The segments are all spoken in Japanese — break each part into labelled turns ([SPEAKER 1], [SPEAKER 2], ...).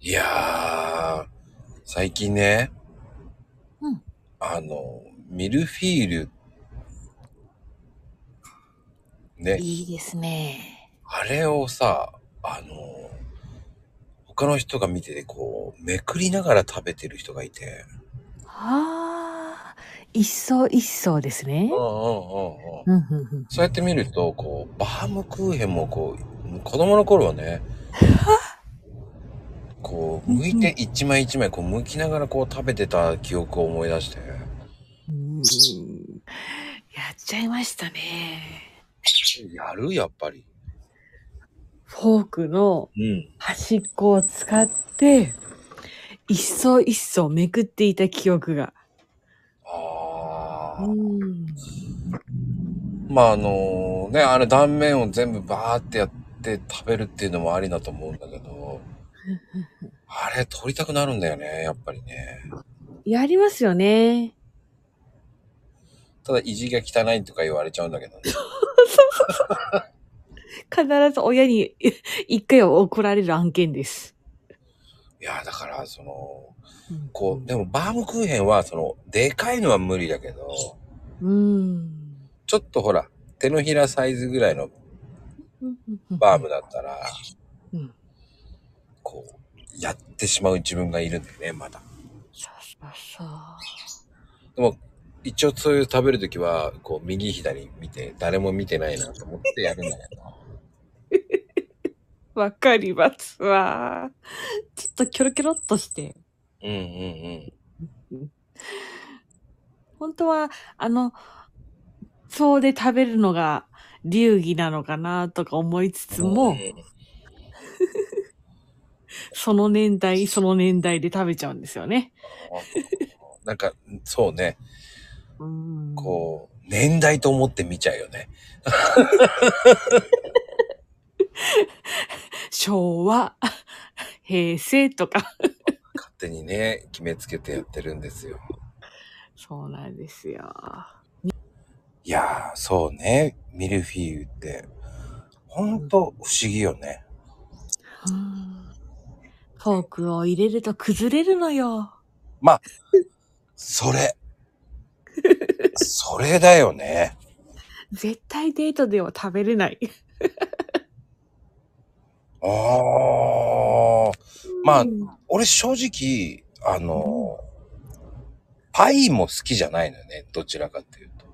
[SPEAKER 1] いやー、最近ね、
[SPEAKER 2] うん
[SPEAKER 1] あの、ミルフィーユね、
[SPEAKER 2] いいですね。
[SPEAKER 1] あれをさ、あの、他の人が見てて、こう、めくりながら食べてる人がいて、
[SPEAKER 2] ああ、一層一層ですね
[SPEAKER 1] うん。うんうんうん。
[SPEAKER 2] うんうんうん。
[SPEAKER 1] そうやって見ると、こう、バームクーヘンもこう、子供の頃は ね、こう、剥いて一枚一枚、こう、剥きながらこう食べてた記憶を思い出して、
[SPEAKER 2] うんやっちゃいましたね。
[SPEAKER 1] やるやっぱり。
[SPEAKER 2] フォークの
[SPEAKER 1] うん。
[SPEAKER 2] 端っこを使って、一層一層めくっていた記憶が。
[SPEAKER 1] あ
[SPEAKER 2] う
[SPEAKER 1] あ。
[SPEAKER 2] ん。
[SPEAKER 1] まああのね、あれ断面を全部バーってやって食べるっていうのもありだと思うんだけど、あれ取りたくなるんだよね、やっぱりね。
[SPEAKER 2] やりますよね。
[SPEAKER 1] ただ意地が汚いとか言われちゃうんだけどね。
[SPEAKER 2] 必ず親に一回は怒られる案件です。
[SPEAKER 1] いや、だからその、こう、でもバームクーヘンはその、でかいのは無理だけど、
[SPEAKER 2] うん。
[SPEAKER 1] ちょっとほら、手のひらサイズぐらいの
[SPEAKER 2] うんうんうん
[SPEAKER 1] バームだったら、
[SPEAKER 2] うん
[SPEAKER 1] こう、やってしまう自分がいるんだよね、まだ。
[SPEAKER 2] そうそうそう。
[SPEAKER 1] でも、一応そういう食べるときは、こう、右左見て、誰も見てないなと思ってやるんだけど。
[SPEAKER 2] わかりますわ。ちょっとキョロキョロっとして。
[SPEAKER 1] うんうん
[SPEAKER 2] 本当は、あの、そうで食べるのが流儀なのかなとか思いつ
[SPEAKER 1] うん。
[SPEAKER 2] つも、その年代、その年代で食べちゃうんですよね。
[SPEAKER 1] なんか、そうね、
[SPEAKER 2] うん
[SPEAKER 1] こう、年代と思って見ちゃうよね。
[SPEAKER 2] 昭和、 平成とか。
[SPEAKER 1] 勝手にね、決めつけてやってるんですよ。
[SPEAKER 2] そうなんですよ。
[SPEAKER 1] いやー、そうね、ミルフィーユって、ほんと不思議よね。
[SPEAKER 2] うんフォークを入れると崩れるのよ。
[SPEAKER 1] そ れ。それだよね。
[SPEAKER 2] 絶対デートでは食べれない。
[SPEAKER 1] あー。まあ
[SPEAKER 2] うん
[SPEAKER 1] 俺正直、あのパイも好きじゃないのよね。どちらかっていうと。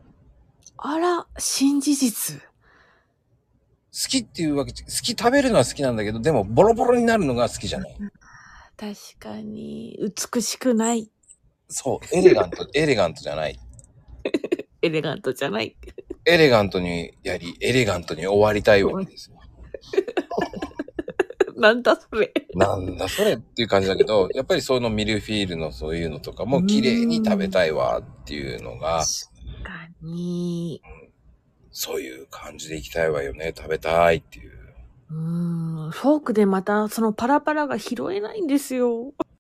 [SPEAKER 1] 好
[SPEAKER 2] あら、新事実。
[SPEAKER 1] きっていうわけじゃ、好き食べるのは好きなんだけど、でもボロボロになるのが好きじゃない。
[SPEAKER 2] 確かに、美しくない。
[SPEAKER 1] そう、エレガント、 エレガントじゃない。
[SPEAKER 2] エレガントじゃない。
[SPEAKER 1] エレガントにやり、エレガントに終わりたいわけですよ。
[SPEAKER 2] なんだそれ。
[SPEAKER 1] なんだそれっていう感じだけど、やっぱりそのミルフィールのそういうのとかも綺麗に食べたいわっていうのが、
[SPEAKER 2] 確かに。
[SPEAKER 1] そういう感じでいきたいわよね。食べたいっていう。
[SPEAKER 2] うーん、フォークでまたそのパラパラが拾えないんですよ。